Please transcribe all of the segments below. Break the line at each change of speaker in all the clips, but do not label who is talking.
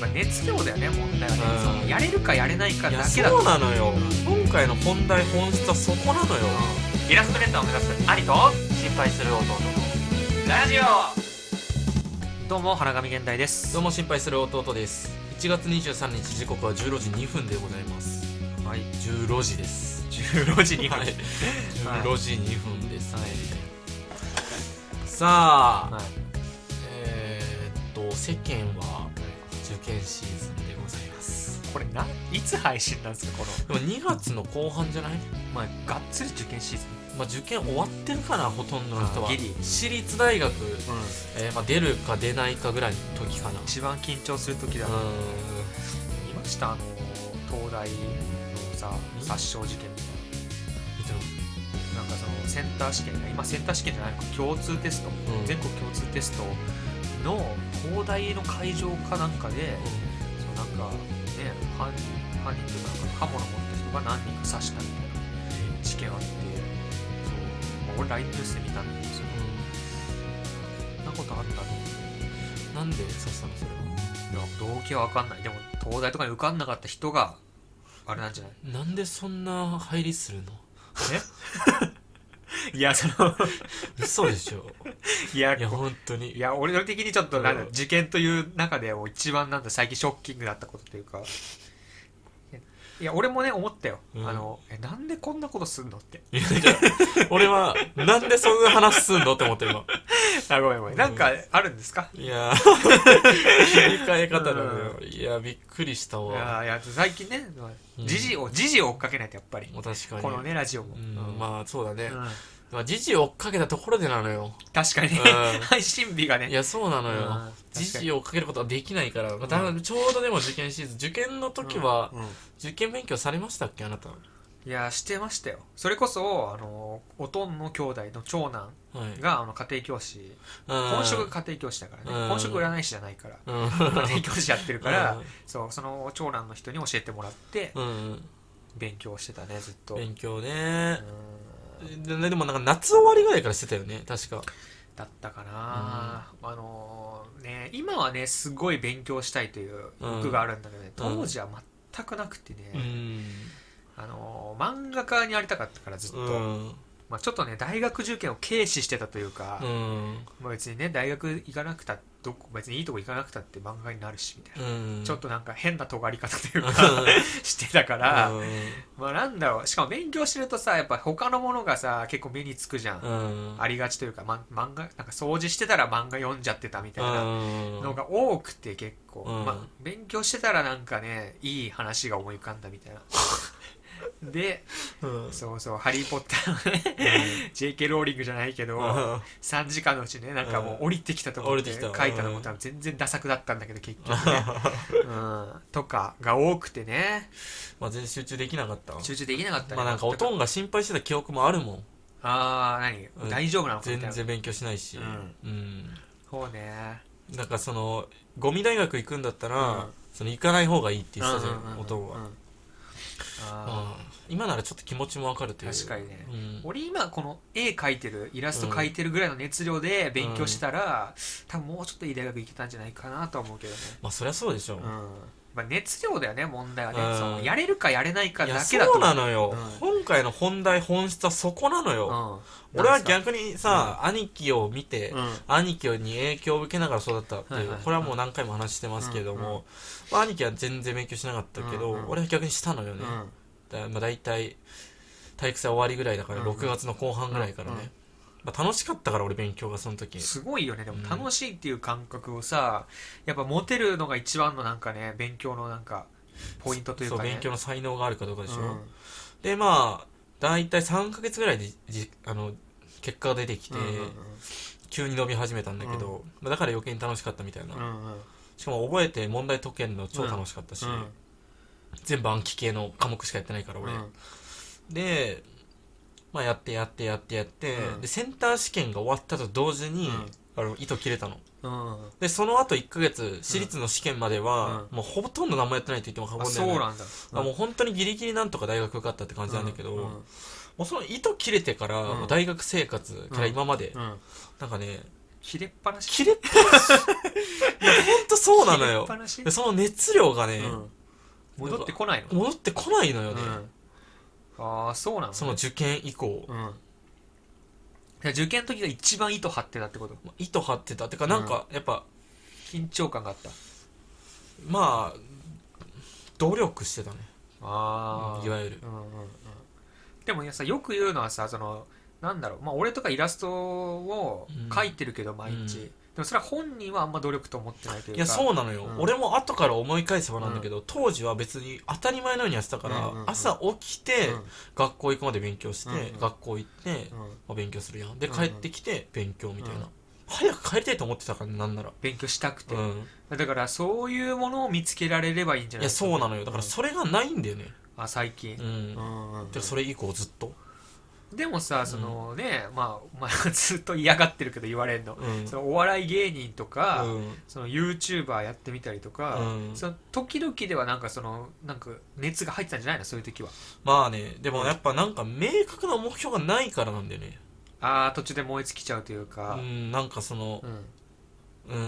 まあ、熱量だよね問題はね
うん
そのやれるかやれないか
いや
だけだと
そうなのよ
う
今回の本題本質はそこなのよ
イラストレーターを目指す兄と
心配する弟の
ラジオどうも花神現代です
どうも心配する弟です1月23日時刻は16時2分でございます
はい
16時です
16時に
はい
はい、
16時2分です、ね
はい
さあ、えー、っと世間は受験シーズンでございます
これないつ配信なんですかこの
でも2月の後半じゃない
まあがっつり受験シーズ
まあ、受験終わってるかなほとんどの人は
あギリ
私立大学、
ン、うん、
えーまあ、出るか出ないかぐらいの時かな
一番緊張する時だ、
う
見ましたあの東大のさ
うん
殺傷事件みたい
見てろ
ななんかそのセンター試験今センター試験じゃないのか共通テスト、
ん
全国共通テストの東大の会場かなんかで、そのなんかね犯犯人というかなんか刃物持った人が何人か刺したみたいな事件あってそう、まあ、俺ライブニュースで見たんだけどそんなことあったの
うんなんで刺したのそれはい
や動機は分かんないでも東大とかに受かんなかった人があれなんじゃない
なんでそんな入りするの
いやその
嘘で しょ
いや
いや本当に
いや俺の的にちょっとなんだ
うん
受験という中でもう一番なんだ最近ショッキングだったことという かいや俺もね思ったよ、
うん
あのえなんでこんなことすんの って
いやだから俺はなんでそんな話すんのって思ってるの
あごめんごめんなんかあるんですか、
い やー切り替え方だよいやびっくりした
い
わ
やいや最近ね
うん
時事を時事を追っかけないとやっぱり
もう確かに
このねラジオも、
うん、
あ、
まあそうだね、
うん
まあ、時事を追っかけたところでなのよ
確かにね、
う ん
配信日がね
いやそうなの
うん確かに
よ時事を追っかけることはできないから、まあ
ん
だからちょうどでも受験シーズン受験の時は、
うんうん
受験勉強されましたっけあなたはい
やしてましたよそれこそあのおとんの兄弟の長男があの家庭教師本
本
職が家庭教師だからね
うん
本職占い師じゃないから
うん
家庭教師やってるから、
うん
そうその長男の人に教えてもらって
うん
勉強してたねずっと、
勉強ね
うん
ででもなんか夏終わりぐらいからしてたよね確か
だったかな、あのね今はねすごい勉強したいという欲があるんだけどね、
うん
当時は全くなくてね、
うん
あの漫画家になりたかったからずっと、
うん
まあ、ちょっとね大学受験を軽視してたというか、
うん
まあ、別にね大学行かなくたってどこ別にいいとこ行かなくたって漫画になるしみたいな、
うん
ちょっとなんか変な尖り方という
うん
か してたから、
うん
まあなんだろうしかも勉強してるとさやっぱ他のものがさ結構目につくじゃん、
うん
ありがちというか、ま、漫画なんか掃除してたら漫画読んじゃってたみたいな
うん
のが多くて結構、
うん
まあ、勉強してたらなんかねいい話が思い浮かんだみ たいなで
うん
そうそう「ハリー・ポッター」のね JK ローリングじゃないけど、
うん
3時間のうちねなんかもう降りてきたとこ
降
ろ
り
で
て
書
きた
いたのも多分全然ダ作だったんだけど結局ね、うん、とかが多くてね
まあ全然集中できなかった
集中できなかったね
まあなんかおとんが心配してた記憶もあるもん
ああ何、
うん
大丈夫なのかみ
全
たいな
然勉強しないし
うん
うん
そうね
なんかそのゴミ大学行くんだった
う
ら
ん
その行かない方がいいって言ってたじゃ
うんうんうん
んおとんは
う
うん
んあ
今ならちょっと気持ちもわかるという
確かにね
うん
ー俺今この絵描いてるイラスト描いてるぐらいの熱量で勉強したら、多分もうちょっといい大学行けたんじゃないかなとは思うけどね、
まあそりゃそうでしょ
うんまあ、熱量だよね問題はね、
うん
そのやれるかやれないか
いや
だけだと
そ
思
うなのよ
うん
今回の本題本質はそこなのよ
うん、
俺は
なんですか
逆にさ兄貴を見て
うん
兄貴に影響を受けながら育ったって
はいいうはい
これはもう何回も話してますけど
うんう
もまあ兄貴は全然勉強しなかったけど
うんうん
俺は逆にしたのよねだまあ、大体体育祭終わりぐらいだから
うんうん
6月の後半ぐらいからね、
うんうん
まあ、楽しかったから俺勉強がその時
すごいよねでも
うん
楽しいっていう感覚をさやっぱ持てるのが一番のなんかね勉強のなんかポイントという
そう
かね
勉強
の
の才能があるかどうかでしょ、でまあ大体3ヶ月ぐらいでじあの結果が出てきて、急に伸び始めたんだけど、まあ、だから余計に楽しかったみたいな、しかも覚えて問題解けるの超楽しかったし、全部暗記系の科目しかやってないから俺、でまあやってやってやってやって、
うん
でセンター試験が終わったと同時に、
うん
あの糸切れたのでその後1ヶ月私立の試験までは、もうほとんど何もやってないと言っても過
あ
言で
そ
は
う
ない
なんだ
あもう本当にギリギリなんとか大学受かったって感じなんだけど、もうその糸切れてから、
うん
大学生活から今まで、
うん
なんかね
切れっぱなし
切れっぱなしいやほんとそうなのよ
入れっぱなし
でその熱量がね、
うん戻ってこないの、
戻ってこないのよね、
ああそうなの
その受験以降、
うんいや受験の時が一番糸張ってたってこと
まあ糸張ってたてかなんかやっぱ、
緊張感があった
まあ努力してたね
あ
いわゆる
うんうんうんでもさよく言うのはさそのなんだろう、まあ、俺とかイラストを描いてるけど毎日、
うん
でもそれは本人はあんま努力と思ってないというか
いやそうなのよ、
うん
俺も後から思い返せばなんだけど、当時は別に当たり前のようにやってたから、
うんうんうん
朝起きて、
うん
学校行くまで勉強して、
うんうん
学校行って、ま
うん
あ、勉強するやんで
うんうん
帰ってきて勉強みたい
う
な、
ん
早く帰りたいと思ってたからねなんなら、
勉強したくて、
うん、
だからそういうものを見つけられればいいんじゃ
い
ない
やそうなのよだからそれがないんだよね
あ最近
う、ん、
う
だか
んうんうん
らそれ以降ずっと、
でもさそのね、まあお前はずっと嫌がってるけど言われんの,、
うん
そのお笑い芸人とか、
うん
その YouTuber やってみたりとか、
うん
その時々ではなんかそのなんか熱が入ってたんじゃないのそういう時は
まあねでもやっぱなんか明確な目標がないからなんだよね
ああ途中で燃え尽きちゃうという
う
か、
んなんかその
うん
う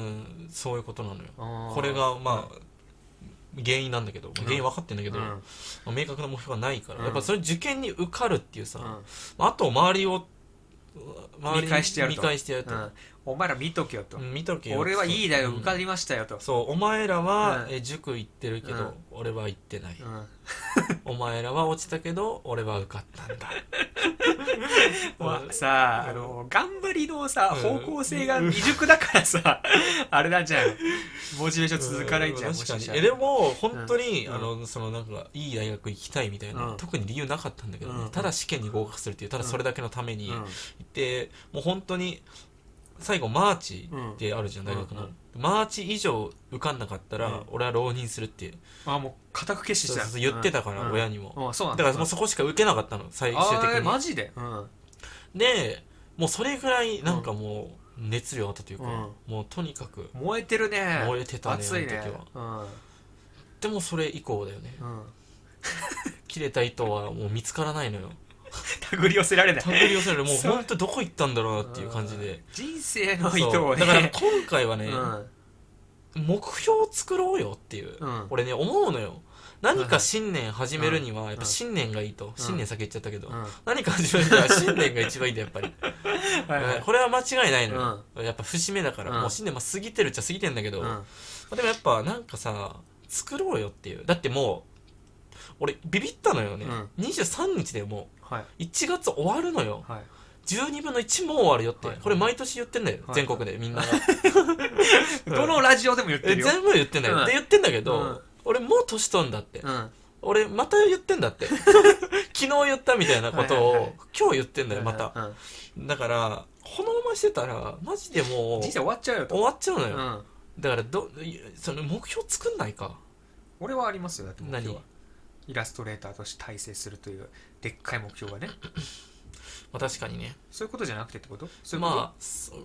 んそういうことなのよ
こ
これがまあ、原因なんだけど、まあ
うん
原因分かってんだけ
け
ど、まあ明確な目標がないから、
うん
やっぱそれ受験に受かるっていうさ、まああと周りを周り
見返してやると
見返してやると
お前ら見とけよと、
うん見とけよ
俺はいいだよ、
うん
受かりましたよと、
そうお前らは、
うん
え塾行ってるけど、俺は行ってない、
うん
お前らは落ちたけど俺は受かった んだ
ま
うん
あ、さあ、
うん
あの頑張りのさ
う
方
ん
向性が未熟だからさ、 あれなんじゃないのモチベーション続かないんじゃ
う
ない
確かに
した
え
ら
でも本当に、
うん
あのそのなんかいい大学行きたいみたいな、
うん
特に理由なかったんだけどね、
うん
ただ試験に合格するっていうただそれだけのために、
うん
でもう本当に最後マーチってあるじゃん、
うん
大学
う
の、
ん
マーチ以上受かんなかったら、
うん
俺は浪人するって
あもう固く決心
そう
し
そう
た
そう言ってたから、
うん
親にも、
うんそうな
だ
ん
からも
最
うそこしか受けなかったの最終的に、
マジで、うん
でもうそれぐらいなんかもう熱量あったというか、
うん
もうとにかく
燃えてるね
燃えてたね
熱いね
あの時は
は、
でもそれ以降だよね
うんうん、
切れた糸はもう見つからないのよ
手繰り寄せられない
手繰り寄せられるも う
そう
本当どこ行ったんだろうなっていう感じ
う
で
ん人生の
そう
糸をね
だから今回はね、
うん
目標を作ろうよっていう、
うん
俺ね思うのよ何か新年始めるにはやっ
うん
ぱ新年がいいと、新年先言っちゃったけど、
うん
何か始めるには 新年が一番いいんだよやっぱり、
はいはい
うんこれは間違いないのよ、やっぱ節目だから、
うん
もう新年、まあ、過ぎてるっちゃ過ぎてんだけど、
う
ま
ん
あでもやっぱなんかさ作ろうよっていうだってもう俺ビビったのよね、
うん
23日でも
はい。
う1月終わるのよ
はい。
12分の1もう終わるよって、
はい
これ毎年言ってんだよ、
はい
全国でみんながうん
どのラジオでも言って
え
るよ。
全部言ってんだよ、
うん
で言ってんだけど、
うん
俺もう年取んだって、
うん。
俺また言ってんだ って昨日言ったみたいなことを、
はいはいはい
今日言ってんだよまた、
うん。
だからこのまましてたらマジでもう
人生終わっちゃうよと。
終わっちゃうの
う
よ、
ん。
だからどその目標作んないか
俺はありますよ、だって目標
何
は。イラストレーターとして大成するという、でっかい目標がね。
まあ確かにね
そういうことじゃなくてってことそういうこと
まあそう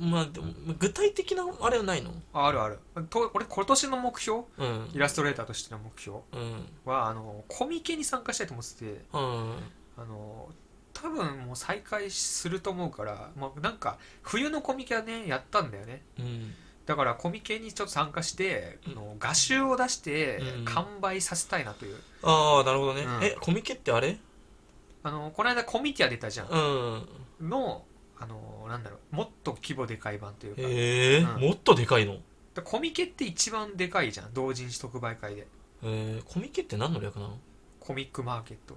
まあでも具体的なあれはないの
あ、あるある。と俺、今年の目標、
うん
イラストレーターとしての目標
うん
は、あの、コミケに参加したいと思ってて、
うん
あの、多分もう再開すると思うから、まあ、なんか、冬のコミケはね、やったんだよね。
うん
だからコミケにちょっと参加して、
うん
あの画集を出して
うん
完売させたいなという、
ああなるほどね、
うん
えコミケってあれ
あのこの間コミティア出たじゃん
うん
のあのなんだろうもっと規模でかい版というか
へえ
うん
もっとでかいの
でコミケって一番でかいじゃん同人誌特売会で
えー、コミケって何の略な
コミックマーケット、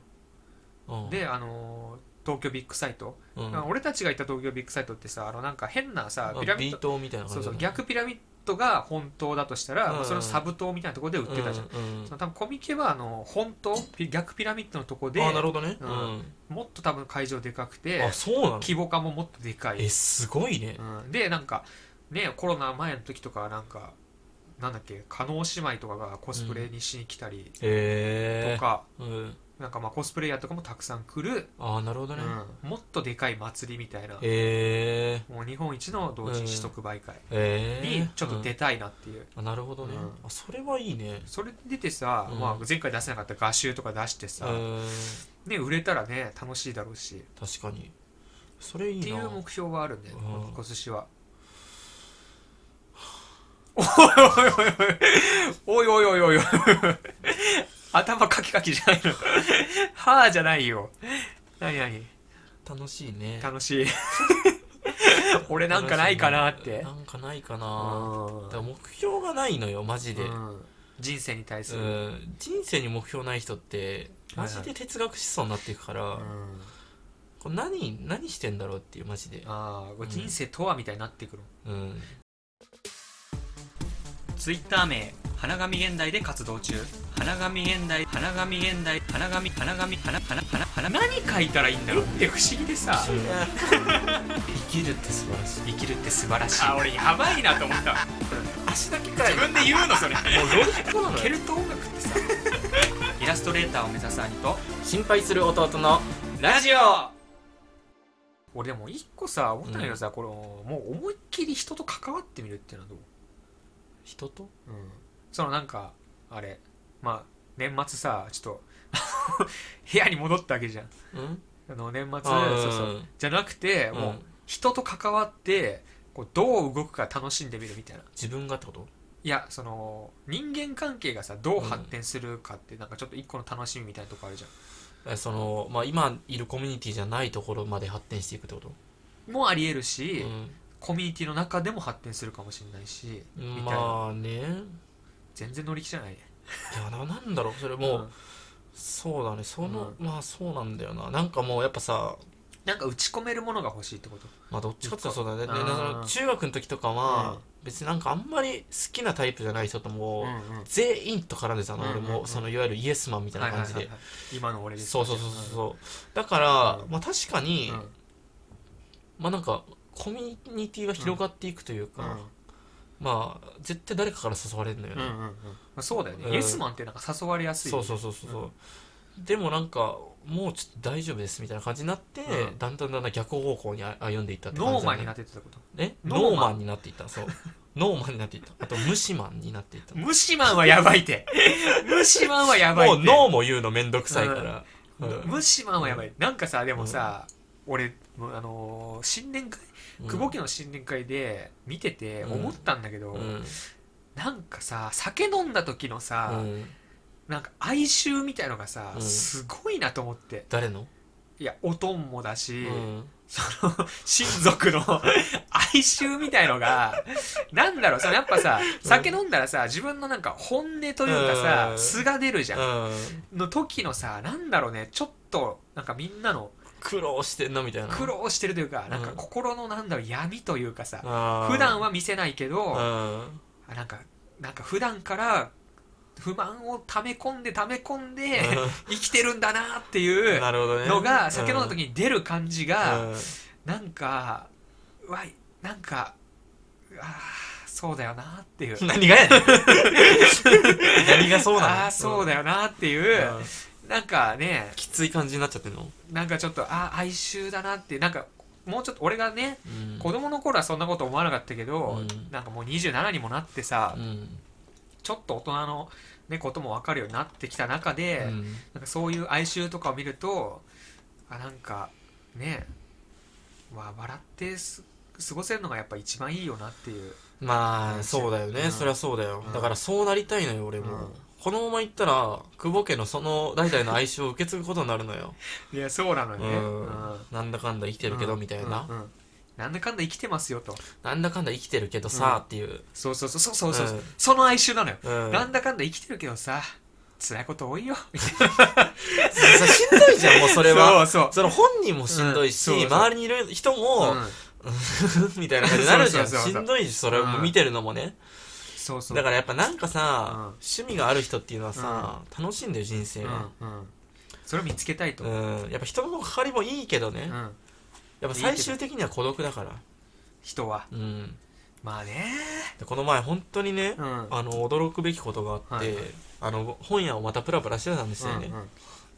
の、うん、
であの東京ビッグサイト、
うん、
まあ俺たちが行った東京ビッグサイトってさあのなんか変なさ
あ
ピラミ
ビ
ッ
ー
ド
トみたいな感じ
そうそう
だね
逆ピラミッドが本当だとしたら、
うん
そのサブ島みたいなところで売ってたじゃん、
うんうん
その多分コミケはあの本当ピ逆ピラミッドのとこで
あなるほどね、
う
うんん
もっと多分会場でかくて
あそうなの
規模感ももっとでかい
え、すごいね
うん、でなんかねコロナ前の時とかはなんかなんだっけ加納姉妹とかがコスプレにしに来たりと
へえ
か、
うん、
なんかまあコスプレイヤーとかもたくさん来る、
あなるほどね、
うんもっとでかい祭りみたいな
へえ
もう日本一の同人誌特売会
え
にちょっと出たいなっていう、
あなるほどね、
うん
あそれはいいね
それ出てさ、
うん
まあ、前回出せなかった画集とか出して
う
さ、
ん
ね、売れたらね楽しいだろうし
確かにそれい
って
い
い
な
う目標はあるね
うん
今年は。おいおいおいおいおいおいおいおいおい頭カキカキじゃないのはあじゃないよ何何
楽しいね
楽 しい俺なんかないかなって
なんかないか
う
な、
ん
だから目標がないのよマジで、
うん人生に対す
う
る
ん人生に目標ない人ってマジで哲学思想になっていくから、
うん
これ何何してんだろうっていうマジで、
ああ
ん
人生とはみたいになってくる
うん、
ツイッター名花神現代で活動中花神現代花神現代花神花神花花花花何書いたらいいんだろうって不思議でさ
生きるって素晴らしい
生きるって素晴らしいあ俺やばいなと思った
足だけか
自分で言うのそ れ
もうロジックなの
ケ
よ
ルト音楽って さイラストレーターを目指す兄と
心配する弟の
ラジオ俺でも一個さ思ったんだけどさ、このもう思いっきり人と関わってみるっていうのはどう、
人と
そのなんかあれまあ年末さちょっと 部屋に戻ったわけじゃん
うん
あの年末
あー
そうそうじゃなくて、
うん
もう人と関わってこうどう動くか楽しんでみるみたいな
自分がってこと
いやその人間関係がさどう発展するかって、なんかちょっと一個の楽しみみたいなとこあるじゃん
えその、まあ、今いるコミュニティじゃないところまで発展していくってこと、
もありえるし、
う
コミュニティの中でも発展するかもしれないし、み
ん、
たいな
まあねい
全然乗り気じゃないね
やななんだろうそれもう、
うん
そうだねその、まあそうなんだよななんかもうやっぱさ
なんか打ち込めるものが欲しいってこと
まあどっちかっていうとそうだねで
あー
なんかその中学の時とか
うん
は別になんかあんまり好きなタイプじゃない人とも全員と絡んでたの、
うんうんうん
俺もそのいわゆるイエスマンみたいな感じで、
はいはいはいはい今の俺です
そうそうそうそうそうだから、
うん
まあ確かに、
うん
まあなんかコミュニティが広がっていくというか、まあ絶対誰かから誘われるのよ
うんう
ね、
んうんまあそうだよね、
うん
イエスマンってなんか誘われやすいよ
そう
ね、
そうそうそうそう、でもなんかもうちょっと大丈夫ですみたいな感じになって、
うん
だんだんだんだん逆方向に歩んでいったって感じだね
ノーマンになってってたこと
え
ノーマ
ノ
ン
ーマンになっていっ たそうノーマンになっていったあと無視マンになっていったも
ムシマンはやばいってムシマンはやばいって
うノーも言うのめんどくさいから、うん
ムシマンはやばい、なんかさでもさ、俺もうあのー新年会、久保家の新年会で見てて
うん
思ったんだけど、
うん
なんかさ酒飲んだ時のさ、
うん
なんか哀愁みたいのがさ、
うん
すごいなと思って
誰の、
いやおとんもだ
う
し、
ん
その親族の哀愁みたいのがなんだろうそのやっぱさ酒飲んだらさ自分のなんか本音というかさ
うん
素が出るじゃん
うん
の時のさなんだろうねちょっとなんかみんなの
苦労してんなみたいな
苦労してるというか
ん
なんか心のなんだろう闇というかさ
あー
普段は見せないけどあ
うん
なんかなんか普段から不満を溜め込んで溜め込んで生きてるんだなって
う
い
ん
う
なるほどね
のが酒
酒
飲ん
の
だ時に出る感じが、
うん
なんかうわいなんかあーそうだよなって いう
何がや ねん何がそうなの
ああそう
だ、
だよなっていうう、
ん
なんかね
きつい感じになっちゃってんの、
なんかちょっとあー哀愁だなってなんかもうちょっと俺がね
うん
子供の頃はそんなこと思わなかったけど、
うん
なんかもう27にもなってさ、
うん
ちょっと大人の、ね、ことも分かるようになってきた中で、
うん
なんかそういう哀愁とかを見るとあなんかねわ笑ってす過ごせるのがやっぱ一番いいよなっていう。
まあそうだよね、
うん
そりゃそうだよ、
うん
だからそうなりたいのよ俺も、
うん
このままいったら久保家のその代々の愛称を受け継ぐことになるのよ、
いやそうなのよ
う
ね、うん
ん、なんだかんだ生きてるけどみたいな、
うんうんなんだかんだ生きてますよと
なんだかんだ生きてるけどさ、
うん
っていう、
そうそうそうそうそうそう、
うん
その哀愁なのよ、
うん、
なんだかんだ生きてるけどさ辛いこと多いよみたいな
さしんどいじゃんもうそれは
そう
その本人もしんどいし、
うんそうそう
周りにいる人
そう、
も
う、ん
みたいな感じになるじゃん
そうそうそうそう
しんどいしそれも見てるのもね、
そうそう
だからやっぱなんかさ、
うん
趣味がある人っていうのはさ、楽しんだよ人生は、
うんうん、それを見つけたいと、
う
うん
んやっぱ人の関わりもいいけどね、やっぱ最終的には孤独だから
人は
うん
まあね、
でこの前本当にね、
うん
あの驚くべきことがあって、
はいはい
あの本屋をまたプラプラしてたんですよね、
うんうん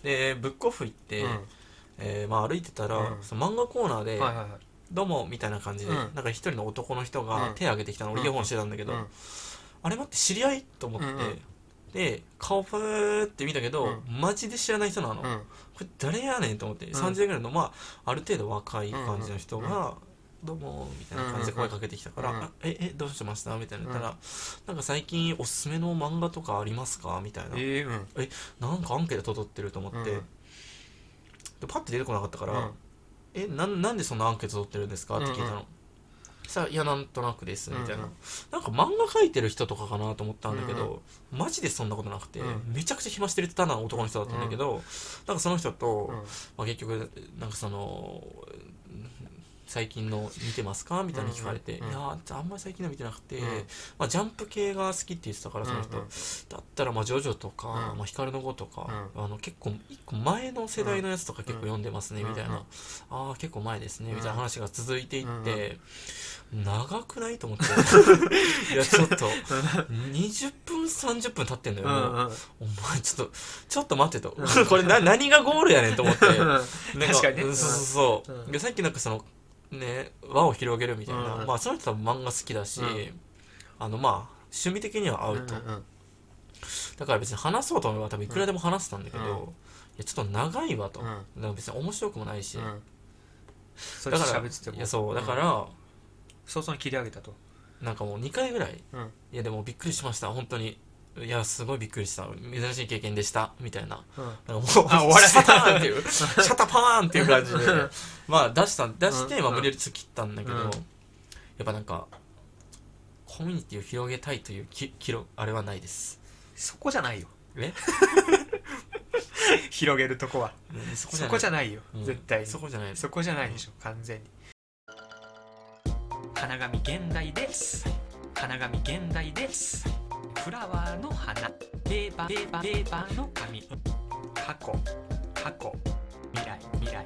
でブックオフ行って、えーまあ、歩いてたら、
うん
その漫画コーナー
う
で
ん、はいはいはい
「どうも」みたいな感じで、
うん
なんか一人の男の人
う
が
ん
手を挙げてきたの、俺イヤホンしてたんだけど、
うん
あれ待って知り合いと思って、
うんうん
で顔ふーって見たけど、
うん
マジで知らない人なの、
う
こ
ん
れ誰やねんと思って、30代ぐらいのまあある程度若い感じの人が、どうも」みたいな感じで声かけてきたから
う
「
んうん
あええどうしました?」みたいな言ったら、なんか最近おすすめの漫画とかありますか?」みたいな、
ええうん
なんかアンケート取ってると思って、
うん
でパッて出てこなかったから「
うん
えなんなんでそんなアンケート取ってるんですか?」って聞いたの。
うんう
さあいやなんとなくですみたいな、
うんうん
なんか漫画描いてる人とかかなと思ったんだけど、マジでそんなことなくて、
うん
めちゃくちゃ暇してるただの男の人だったんだけど、なんかその人と、
うん
まあ、結局なんかそのうん最近の見てますかみたいに聞かれて、
うんうん
いやーあんまり最近の見てなくて、
うん
まあ、ジャンプ系が好きって言ってたからその人、
うんうん
だったらまあジョジョとか、
うん
まあ、光の碁とか、あの結構一個前の世代のやつとか結構読んでますね、
うん
みたいな、
うん
ああー結構前ですねみたいな
うん
話が続いていって、長くないと思って いやちょっと20分30分経ってんだよ、もう
うんうん
お前ちょっとちょっと待ってとこれな何がゴールやねんと思って。なん
確かにね
うんそうそうそう、
うん
でさっきなんかそのね輪を広げるみたいな、
うん
まあその人多分漫画好きだし、
うん
あのまあ趣味的には合うと、
うんうん
だから別に話そうと思えば多分いくらでも話せたんだけど、
うん
いやちょっと長いわと、
うん
だから別に面白くもないし、
う
だ
んそっち
から
喋ってても
いやそうだから、
早々に切り上げたと
なんかもう2回ぐらい
うん
いやでもびっくりしました本当にいやすごいびっくりした珍しい経験でしたみたいな
うん
なんかも
あ
う
終わら
シ
せた
ャターンっていうシャタパーンっていう感じでまあ出した出して、
うん
まあ、無理やり突っ切ったんだけど、
うん
やっぱなんかコミュニティを広げたいというききろあれはないです
そこじゃないよ
え
広げるとこは
そ
そこじ
ゃ
ゃないよ
うん
絶対に
そこじゃないです
そこじゃないでしょ完全に花紙現代です花紙現代ですフラワーの花ペーパーペーパーペーパーの紙過去過去未来未来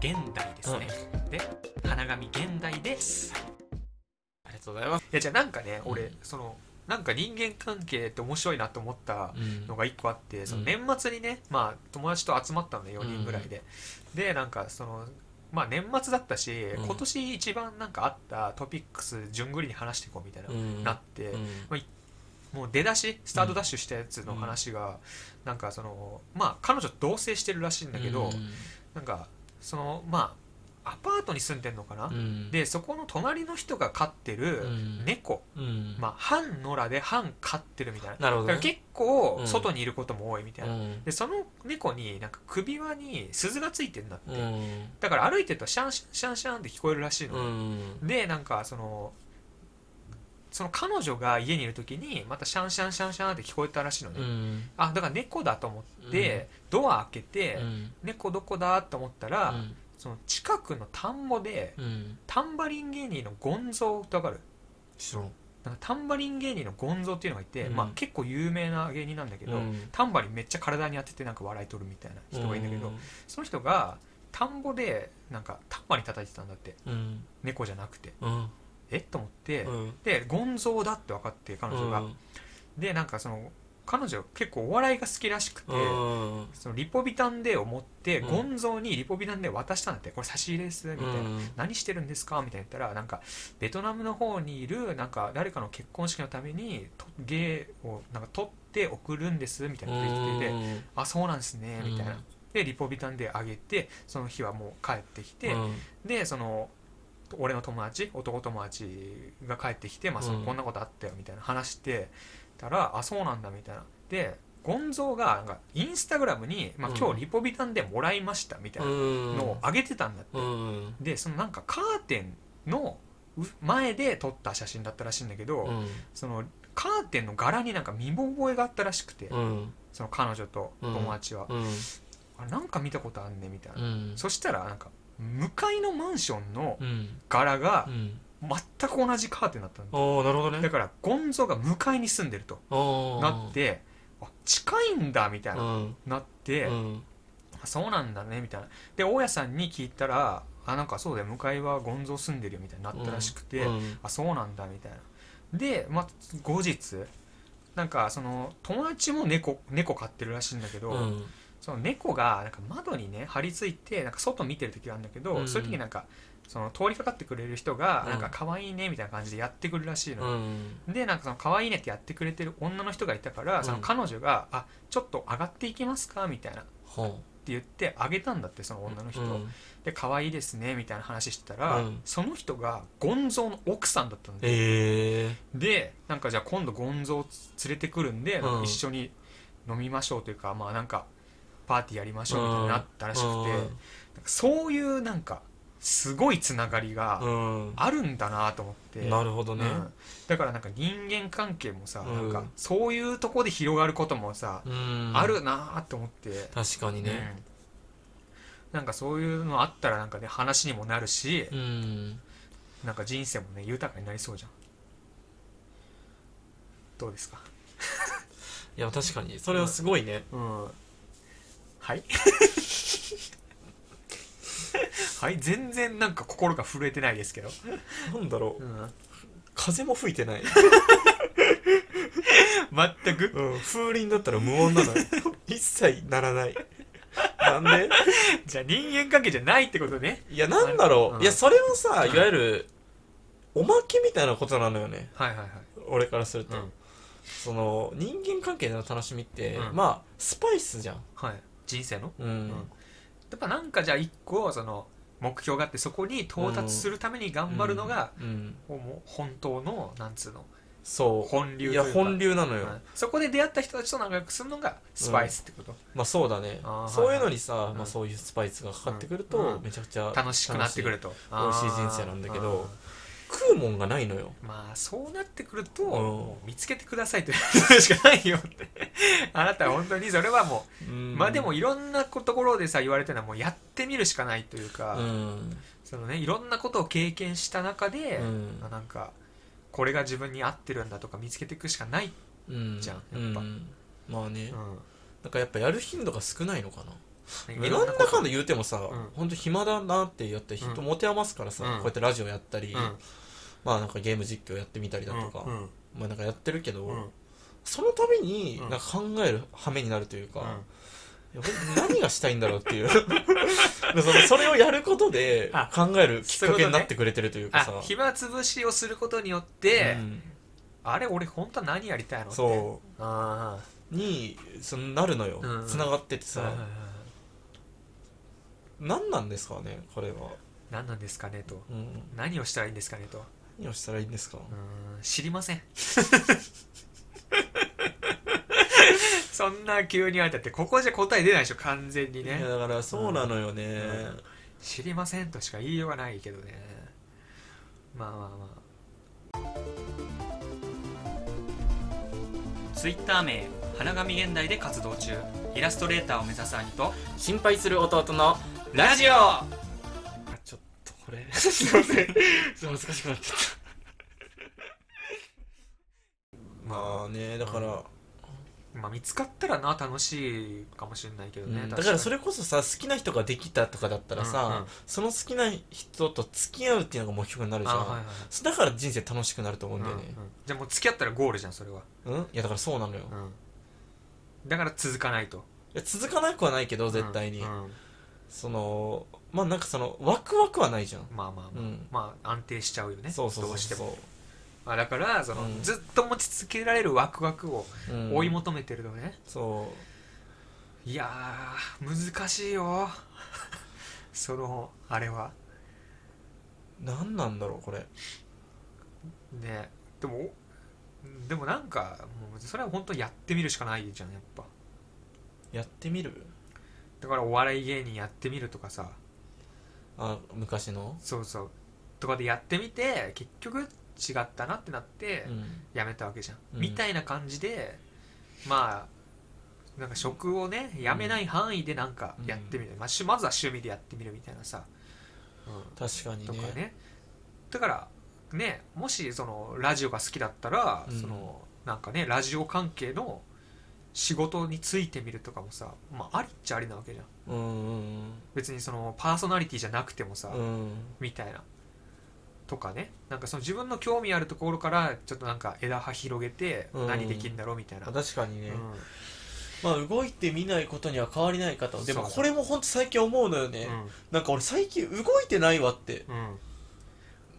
現代ですね、で花紙現代です
ありがとうございます、
いやじゃあなんかね
う
俺
ん
そのなんか人間関係って面白いなと思った
うん
のが一個あってその
うん
年末にね、まあ、友達と集まったんで4人ぐらいで、でなんかその、まあ、年末だったし、
ん
今年一番なんかあったトピックス順繰りに話していこうみたいな、
うん
なって、
うん
もう出だしスタートダッシュしたやつの話が、なんかそのまあ彼女と同棲してるらしいんだけど、なんかそのまあアパートに住んでんのかな、
うん、
でそこの隣の人が飼ってる
うん
猫、
うん
まあ半野良で半飼ってるみたいな
なるほ
だ
ど、
か
ね、
ら結構
うん
外にいることも多いみたいな、
うん
でその猫になんか首輪に鈴がついてんだって、
うん
だから歩いてるとシャンシャンシャンシャンって聞こえるらしいの
う
ね、
ん
でなんかそのその彼女が家にいる時にまたシャンシャンシャンシャンって聞こえたらしいのね、
うん
あだから猫だと思って、ドア開けて、
うん
猫どこだと思ったら、
うん
その近くの田んぼで
うん
タンバリン芸人のゴンゾーってわかる
知らん
なんかタンバリン芸人のゴンゾーっていうのがいて、
うん
まあ、結構有名な芸人なんだけど、
うん
タンバリンめっちゃ体に当ててなんか笑い取るみたいな人がいるんだけど、その人が田んぼでなんかタンバリン叩いてたんだって
うん
猫じゃなくて
うん
えっと思って、
うん
でゴンゾーだって分かって彼女が、でなんかその彼女結構お笑いが好きらしくて、
うん
そのリポビタンデーを持って、
うん
ゴンゾーにリポビタンデーを渡したんだってこれ差し入れですみたいな、
うん
何してるんですかみたいな言ったらなんかベトナムの方にいるなんか誰かの結婚式のためにと芸をなんか取って送るんですみたいなこと言ってて、
うん
あそうなんですねみたいな、
うん
でリポビタンであげてその日はもう帰ってきて、
うん
でその俺の友達男友達が帰ってきて、まあ、その
うん
こんなことあったよみたいな話してたら、あそうなんだみたいなでゴンゾーがなんかインスタグラムに、まあ
う、ん
今日リポビタンでもらいましたみたいなのをあげてたんだって、
うん
でそのなんかカーテンのう前で撮った写真だったらしいんだけど、
うん
そのカーテンの柄になんか見覚えがあったらしくて、
うん
その彼女と友達は、
うん
あれなんか見たことあんねみたいな、
うん
そしたらなんか向かいのマンションの
うん
柄が
うん
全く同じカーテンだったの、
ああなるほど
だ
ね
からゴンゾが向かいに住んでると
ああ
なってあ近いんだみたいな、
うん
なって、
うん
あそうなんだねみたいなで大家さんに聞いたらあなんかそうだよ向かいはゴンゾ住んでるよみたいになったらしくて、
うん
あそうなんだみたいなで、まあ、後日なんかその友達も猫猫飼ってるらしいんだけど、
うん
その猫がなんか窓にね張り付いてなんか外見てる時があるんだけど、
うん
そういう時なんかその通りかかってくれる人が
うん
なんか可愛いねみたいな感じでやってくるらしいの、
うん
でなんかその可愛いねってやってくれてる女の人がいたから、
うん
その彼女が「あちょっと上がっていきますか」みたいなっ
ほう
言ってあげたんだってその女の人、
うん
で可愛いですねみたいな話してたら、
うん
その人がゴンゾーの奥さんだったんで、
ええ
でなんかじゃあ今度ゴンゾー連れてくるんで、
うん
一緒に飲みましょうというかまあなんかパーティーやりましょうみたいになったらしくて、なんかそういうなんかすごいつながりが
うんうん
あるんだなと思って、
なるほどね、
うんだからなんか人間関係もさ、
うん
なんかそういうとこで広がることもさ、
うん
あるなーって思って、
確かにね
うんなんかそういうのあったらなんかね話にもなるし、
うん、
なんか人生もね豊かになりそうじゃんどうですか
いや確かにそれはすごいね、
うんはい はい全然なんか心が震えてないですけど、
なんだろう風も吹いてない、
全く
うん、風鈴だったら無音なのよ 一切ならないなんで
じゃあ人間関係じゃないってことね
いやなんだろう、
うん
いやそれはさ
うん
いわゆるおまけみたいなことなのよね
はいはいはい
俺からすると、
うん
その人間関係での楽しみって、
うん
まあスパイスじゃん
はい人生の
うん、
んやっぱなんかじゃあ一個その目標があってそこに到達するために頑張るのが、
うん、
もう本当のなんつうの
そう
本流
い
という
や
か
本流なのよ、
はいそこで出会った人たちと仲良くするのがスパイスってこと、
まあそうだね
あー
そういうのにさ、
い
まあ、そういうスパイスがかかってくる
うん
と
うん
めちゃくちゃ
楽しくなってくると
楽しい美味しい人生なんだけど食うもんがないのよ
あーまあそうなってくると、
ん
もう見つけてくださいということしかないよって あなたは本当にそれはもう、まあでもいろんなところでさ言われてるのはもうやってみるしかないというか、
うん
そのねいろんなことを経験した中で、
うん
あなんかこれが自分に合ってるんだとか見つけていくしかない、
うん
じゃんやっぱ
うんまあねなんかやっぱやる頻度が少ないのかな
ね
なんだかんだ
と
言うてもさ、
ん
ほんと暇だなってやって人持て余すからさ、
うん
こうやってラジオやったり、
うん
まあなんかゲーム実況やってみたりだとか、
うん
まあなんかやってるけど、
うんうん
その度に
うん
なんか考える羽目になるというか、
うん
いや僕何がしたいんだろうっていうでそのそれをやることで
あ
考えるきっ
そういうことね
かけになってくれてるというかさ
あ暇つぶしをすることによって、
うん
あれ俺本当は何やりたいのう
そ
あ
うにそのなるのよ
うん
つながってて
あ
さ何なんですかねこれは、
何なんですかねと
うん、
何をしたらいいんですかねと
何をしたらいいんですか
うーん知りま せんそんな急に言われたってここじゃ答え出ないでしょ完全に
い
ね
やだからそうなのよね、
うん知りませんとしか言いようがないけどねまあまあまあツイッター名花神現代で活動中イラストレーターを目指す兄と
心配する弟の
ラジオ
ちょっとこれ すいませんちょっと難しくなっちゃった まあねだから、
まあ見つかったらな楽しいかもしれないけど
う
ね、
んだからそ
れ
れこそさ好きな人ができたとかだったらさ、
うんうん
その好きな人と付き合うっていうのが目標になるじゃん、
はいはい
だから人生楽しくなると思うんだよね、
うんうんじゃあもう付き合ったらゴールじゃんそれは、
うんいやだからそうなのよ、い
だから続かないと
や続かなくはないけど絶対に、
うんうん
そのまあなんかそのワクワクはないじゃん
まあまあまあ、
うん
まあ安定しちゃうよね
そうそう
ど
そうう
しても
そ
まあ、だからその、
うん
ずっと持ち続けられるワクワクを
う、うん
追い求めてるのね、
そ
いやー難しいよ そのあれは
う何なんだろうこれ
ねでもでもなんかもうそれは本当にやってみるしかないじゃんやっぱ
やってみる
だからお笑い芸人やってみるとかさ
あ昔の
そうそうとかでやってみて結局違ったなってなって
うん
やめたわけじゃん、
うん
みたいな感じでまあなんか職をねやめない範囲でなんかやってみる、まあ、しまずは趣味でやってみるみたいなさ、うん、
確かに
と
ね
かねだからねもしそのラジオが好きだったら、
うん
そのなんかねラジオ関係の仕事についてみるとかもさ、まあ、ありっちゃありなわけじゃん
うんうん
別にそのパーソナリティじゃなくてもさ、
うんうん
みたいなとかねなんかその自分の興味あるところからちょっとなんか枝葉広げて
うん
何できるんだろうみたいな、
あ確かにね、
うん
まあ動いてみないことには変わりないかとでも
そう
これも本当最近思うのよね、なんか俺最近動いてないわって
うんうん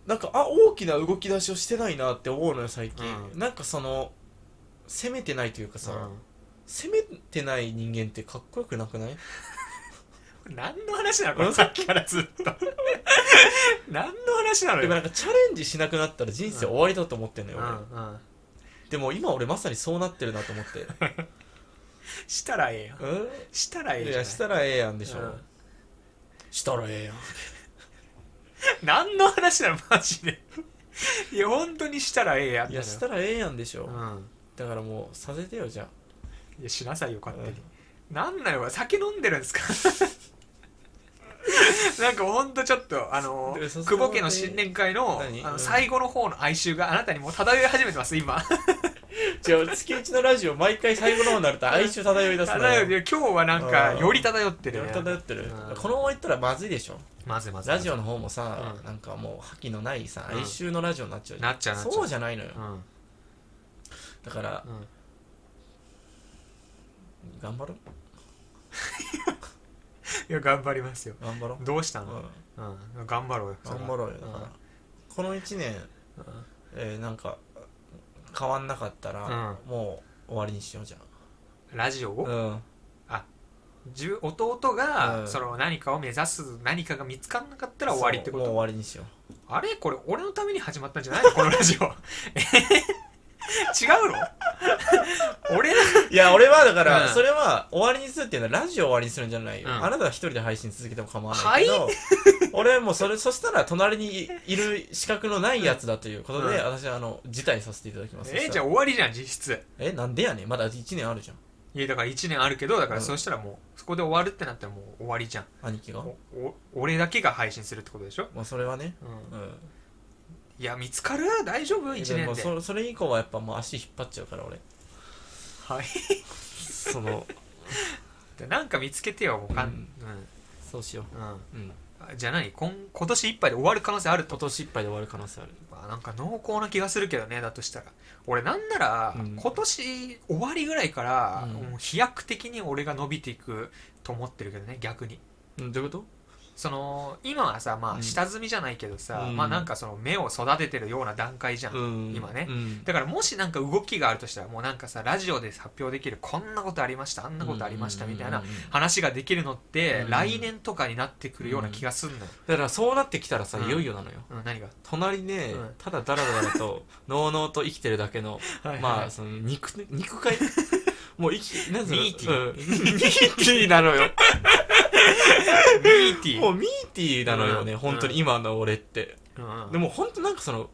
なんかあ大きな動き出しをしてないなって思うのよ最近、
うん
なんかその攻めてないというかさ、
うん
攻めてない人間ってかっこよくなくない
何の話なのこれさっきからずっ と何の話なの
でもな
よ
んかチャレンジしなくなったら人生終わりだと思ってんの
う
よ、
ん
俺
うん
でも今俺まさにそうなってるなと思って
したらええやん
うん
したらええ
い
じゃな
や
い
したらええやんでしょ、
うん
したらええやん
何の話なのマジでいや本当にしたらええやんな
い
のよ
やしたらええやんでしょ、
うん
だからもうさせてよじゃ
いやしなさいよ勝手に
う
なんなよ酒飲んでるんですか なんかほんとちょっとあの
でさす
久
が
保家の新年会の
何
あ
う
の
ん
最後の方の哀愁があなたにもう漂い始めてます今
じゃあ月一のラジオ毎回最後の方になると哀愁漂い出すの
漂
よ
うで今日はなんか
うん
より漂ってる
漂
よ
っ
ね
漂ってる
うん
このままいったらまずいでしょ
まずいまずい
ラジオの方もさ、
うん
なんかもう覇気のないさ、
うん
哀愁のラジオになっちゃうじゃん
なっちゃうなっちゃう
そうじゃないのよ、
うんうん
だから頑張ろう
いや頑張りますよ
頑張ろう、
どうした
うん
の、うん、頑張ろうよ
頑張ろうよだから、この1年、
うんうん
えーなんか変わんなかったら、もう終わりにしようじゃん
ラジオを
うん
じゅ弟が、
うん
その何かを目指す何かが見つからなかったら終わりってこ
そうもう 終
と
わりにしよ
あれこれ俺のために始まったんじゃないのこのラジオえ違うの俺ら
ういや俺はだか
う
ら
ん
それは終わりにするっていうのはラジオを終わりにするんじゃないよ、
うん
あなたは一人で配信続けても構わないけど、 俺はもうそれそしたら隣にいる資格のないやつだということで、
うん
私はあの辞退させていただきます
え
そし
じ
た
ゃあ
ら
終わりじゃん実質
えなんでやねんまだ1年あるじゃん
いやだから1年あるけどだから
うん
そうしたらもうそこで終わるってなったらもう終わりじゃん
兄貴が
おお俺だけが配信するってことでしょ、
まあそれはね
うん
うん
いや見つかる大丈夫1
でも
年で
そそれ以降はやっぱもう足引っ張っちゃうから俺
はい
その
でなんか見つけてよもうかん、
そうしよ
うんうん
う、うん、
あじゃあ何今今年いっぱいで終わる可能性あると
今年いっぱいで終わる可能性ある
まあ、なんか濃厚な気がするけどねだとしたら俺なんなら
うん
今年終わりぐらいから、
うん
もう飛躍的に俺が伸びていくと思ってるけどね逆に
うんどういうこと
その今はさま
う
あ
ん
下積みじゃないけどさ、
うん
まあなんかその目を育ててるような段階じゃん、
うん
今ね
うん
だからもしなんか動きがあるとしたらもうなんかさラジオで発表できるこんなことありましたあんなことありましたみたいな
うんうんうんうん
話ができるのって
うん
来年とかになってくるような気がすんのよ、
だからそうなってきたらさ、
うん
いよいよなのよ
うん、何が
隣ね、
うん
ただダラダラとのうのうと生きてるだけのまあその肉 肉塊もう生きなんつうの
ミーティー
うんミーティーなのよ
ミーティー
もうミーティーなのよね、
うん
本当に今の俺って、
うん
でも本当なんかその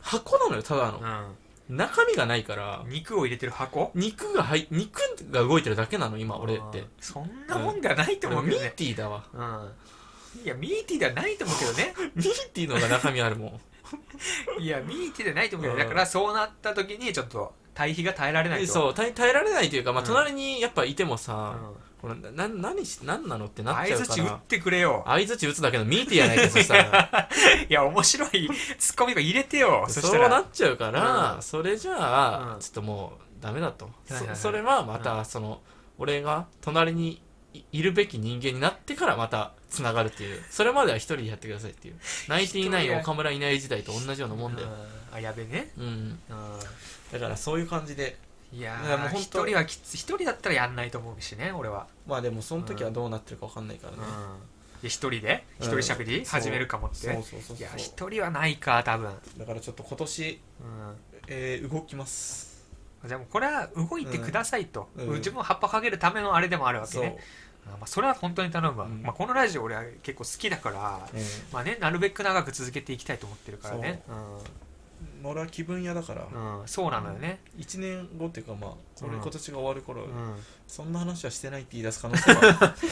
箱なのよただの、
う
中身がないから
ん、肉を入れてる箱
肉が入っ肉が動いてるだけなの今俺っ
あ
て
ーそんなもんではないと
俺
思うけ
ミ
ど
ー
ね
ティーだわ
うんいやミーティーではないと思うけどね
ミーティーの方が中身あるもん
いやミーティーではないと思うけど
うん
だからそうなった時にちょっと対比が耐えられないと
そう耐え耐えられないというか、まあ、
うん
隣にやっぱいても
うん
さ、これなな何し何なのってなっち
相
ゃう
づ
か
ち打っ
ら
てくれよ
相づち打つだけのミーティーやないかそし たら
いや面白いツッコミが入れてよそし
そ
た
う
ら
なっちゃうから、
うん
それじゃあ、
うん
ちょっともうダメだと、
いはいはい
そそれはまた、その俺が隣にいいるべき人間になってからまたつながるっていうそれまでは一人でやってください っていうナインティナイン岡村いない時代と同じようなもんだよ、
うんあやべね
うん、
うん
だからそういう感じで
いや
いやもう
ー
本
一
当
人はきつ一人だったらやんないと思うしね俺は
まあでもその時はどうなってるか分かんないから
う
ね
ん、いや一人で一人喋り始めるかもって
そうそうそうそう
いや一人はないか多分
だからちょっと今年、
うん
えー動きます
じゃあもうこれは動いてくださいと、
うんうん
自分を葉っぱかけるためのあれでもあるわけ
そう、
ねあまあ、それは本当に頼むわ、
うん
まあ、このラジオ俺は結構好きだから、
え
まあね、なるべく長く続けていきたいと思ってるからね
ー俺は気分屋だから、
うん、うん、そうなのよね、
1年後っていうかまあこれ
うん
今年が終わる頃、
うん
そんな話はしてないって言い出す可能性もある、
確か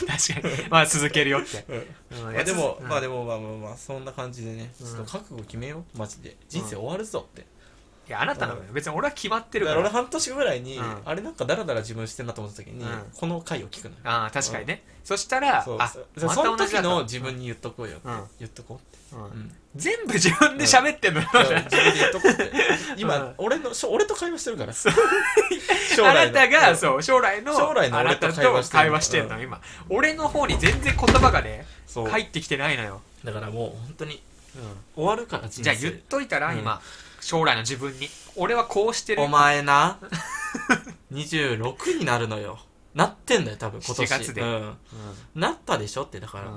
にまあ続けるよって、
うん
うん
まあでも、まあで
も
もまあまあまあそんな感じでね
うん
ちょっと覚悟決めようマジで人生終わるぞって、
いやあなたなのよ別に俺は決まって
だ
る
か
からら
俺半年後ぐらいに、
うん
あれなんかダラダラ自分してんなと思った時に、
うん
この回を聞くのよ
ああ確かにね、そしたら
そう
あ
そう
ま
そ
た
の
同じ
時
だと
の自分に言っとこうよって、
うん
言っとこう
うん
って、うん
全部自分で喋ってんのよ、
だから自分で言っとこうって今、
うん
俺のしょ俺と会話してるから 将
あなたが、
うん
そう将来の
将来の
あ
俺
な
と
た
会
と
話してんの
会話してんの、今俺の方に全然言葉がね
そう
入ってきてないのよ、
だからもう本当に終わるから人生
じゃあ言っといたら、
うん
今将来の自 分に俺はこうしてる
お前な26になるのよなってんだよ多分今年
7月で
うん、なったでしょってだから、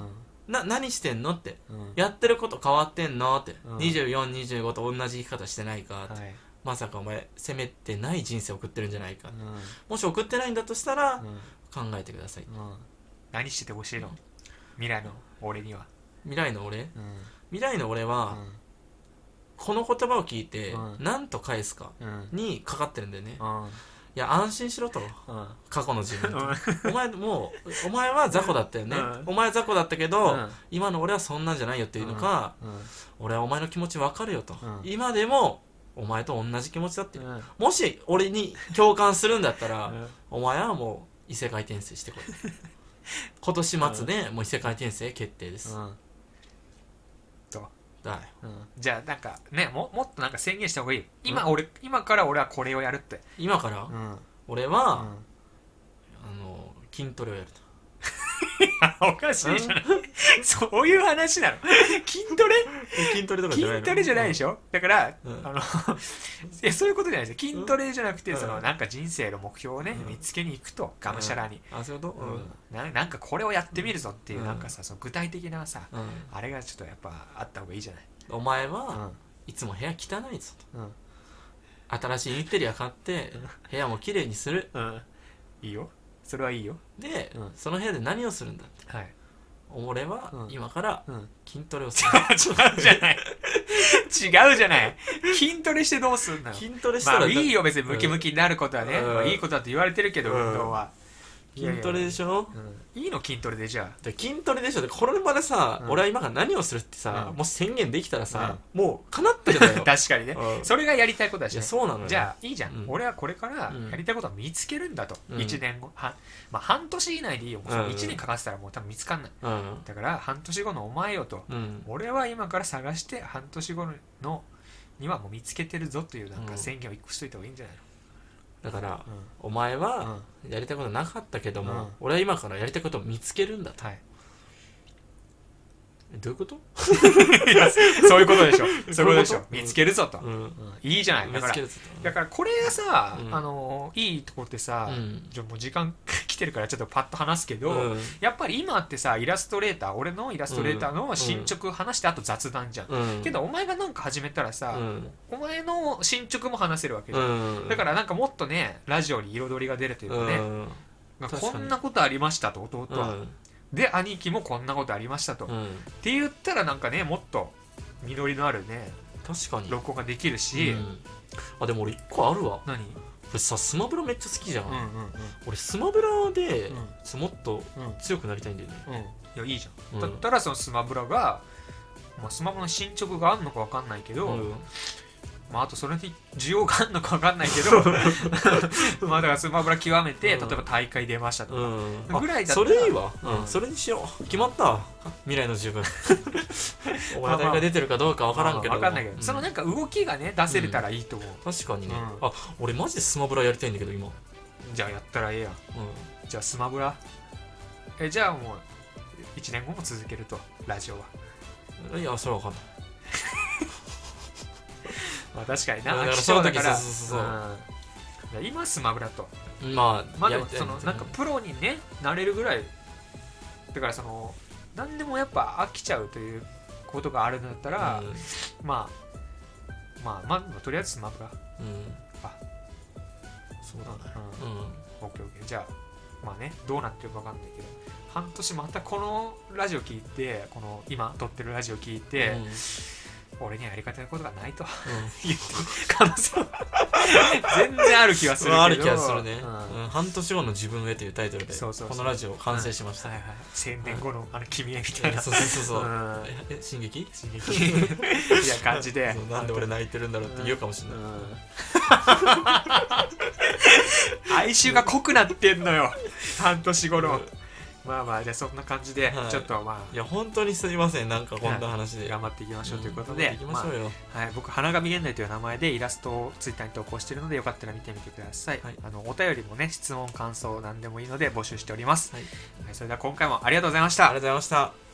な何してんのって
うんうん
やってること変わってんのって、
うん
2425と同じ生き方してないかって、
はい
まさかお前責めてない人生送ってるんじゃないか、
うん
もし送ってないんだとしたら
うん
考えてください
うん何しててほしいの未来の俺には
未来の俺
うん
未来の俺は、この言葉を聞いて
うん
何と返すか
うんうん
にかかってるんだよね、い
うん
や安心しろと
うん
過去の自分とお前もうお前は雑魚だったよね、
うん
お前は雑魚だったけど、今の俺はそんなんじゃないよっていうのか、
うんうん
俺はお前の気持ちわかるよと、
うん
今でもお前と同じ気持ちだって、
うん
もし俺に共感するんだったら、
うん
お前はもう異世界転生して こい今年末で、もう異世界転生決定です、
うん
だい
うんじゃあなんかねももっとなんか宣言した方がいい今俺、今から俺はこれをやるって
今から、
ん、
俺
う
は、
ん、
あの筋トレをやると
おかしいじゃない そういう話なの筋トレ
筋トレとかじゃない
筋トレじゃないでし
ょ、
ょ、だから、
うん
あの いやそういうことじゃないですよ筋トレじゃなくて、
うん
その
うん
なんか人生の目標をね、
うん
見つけに行くとがむしゃらに、
あそういうこと
うんななんかこれをやってみるぞっていう、
うん
なんかさその具体的なさ
うん
あれがちょっとやっぱあった方がいいじゃない、
お前はいつも部屋汚いぞと
うん
新しいインテリア買って部屋も綺麗にする
うん、いいよそれはいいよ
で、
うん
その部屋で何をするんだって
はい、
俺は
うん
今から
うん、
筋トレをす る、
違うじゃない。違うじゃない。筋トレしてどうすんのよ。
筋トレした
ま
ら、
あいいよ、別に
うん
ムキムキになることはね。
うん
まあいいことだって言われてるけど、
うん
運動は。
筋トレでしょ
いいの、筋トレでじゃ
で筋トレでしょでこれまでさ、
うん
俺は今から何をするってさ、
うん
もし宣言できたらさ、もう叶ってる の
あ。
よ
確かにね
う。ん
それがやりたいことだ
い
し
や
ね。
そうなのよ
じゃあ、いいじゃ
う
ん。
ん
俺はこれから
うん
やりたいことを見つけるんだと。
うん
1年後。はまあ半年以内でいいよ。もう
うん
1年かかってたらもう多分見つかんない。
うん
だから、半年後のお前よと。
うん
俺は今から探して、半年後のにはもう見つけてるぞというなん
う
か
ん
宣言を一個しといた方がいいんじゃない
だから、
の
お前
うん
はやりたいことなかったけども、
うん
俺は今からやりたいことを見つけるんだと
はい。
えどういうこと、
いやそういうこと でしょ。そういうことでし
そ
ょ。
ういうこと
見つけるぞと。
うん、
いいじゃない。
見
だか
つ
ら
け、るぞと
だからこれがさ、
うん
あのー、いいところってさ、
うん
じゃあもう時間 来てるからちょっとパッと話すけど、
うん
やっぱり今ってさ、イラストレーター、俺のイラストレーター
う
の
ん
進捗話して、あと雑談じゃん。
うん
けど、お前がなんか始めたらさ
う、ん
お前の進捗も話せるわけじゃん
うん
だからなんかもっとね、ラジオに彩りが出るというか
う
ね、
ん
まあ
確かに
こんなことありましたと、弟
う
は。
ん
で、兄貴もこんなことありましたと。っ
うん
て言ったらなんかね、もっと実りのあるね、
確かに
録音ができるし、
うんあでも俺一個あるわ
何
俺さスマブラめっちゃ好きじゃん、
うんうん
俺スマブラで、
うん
ちょもっと
うん
強くなりたいんだよね、
うんいやいいじゃん、
うん
だったらそのスマブラが、まあ、スマブラの進捗があるのか分かんないけど、
うん
まあ、あとそれに 需要があるのか分かんないけど まあだからスマブラ極めて、
うん
例えば大会出ましたとか、
うんあ
ぐらいだった
そ
ら
れいいわ、
うん
うんそれにしよう決まったわ未来の 自分お前が出てるかどうか分からんけ
ま
ど
あ分かんないけど、
う
そのなんか動きがね出せれたらいいと思う、
確かにね、
うん
あ俺マジでスマブラやりたいんだけど今、うん、
じゃあやったらええやんじゃあスマブラえじゃあもう1年後も続けるとラジオは、
いやそれは分かんない
まあ、確かに
い
な
やだから
飽き性だから
そうそう
う
そうそう
んいや今スマブラと
まあ
まあで
やり
も
たい
そのなんかプロにねなれるぐらいだからその何でもやっぱ飽きちゃうということがあるんだったら、
う
まあまあまあとりあえずスマブラ
ん、うん
あ
そうだね
う
うん
オッケーオッケーじゃあまあねどうなってるか分かんないけど半年またこのラジオ聞いてこの今撮ってるラジオ聞いて、
うんうん
俺にはやり方のことがないと言ってる可能性は 全然ある気がするけど
ある気がするね、
う
うんん半年後の自分へというタイトルで
そうそうそう
このラジオ完成しました、
はいはい1000年後のあの君へみた
え
いな
そうそうそうそう、
うん
え進撃
刺激みたいな感じで
そうなんで俺泣いてるんだろうって言うかもしれない、
哀愁が濃くなってんのよ半年頃、まあまあじゃあそんな感じで、
はい
ちょっとま
いや本当にすみませんなんかこんな話
あ
で、
頑張っていきましょうということで、
ん行きましょうよ、
まあはい、僕花神現代という名前でイラストをツイッターに投稿しているのでよかったら見てみてください、
はい
あのお便りもね質問感想何でもいいので募集しております、
はい
はいそれでは今回もありがとうございました
ありがとうございました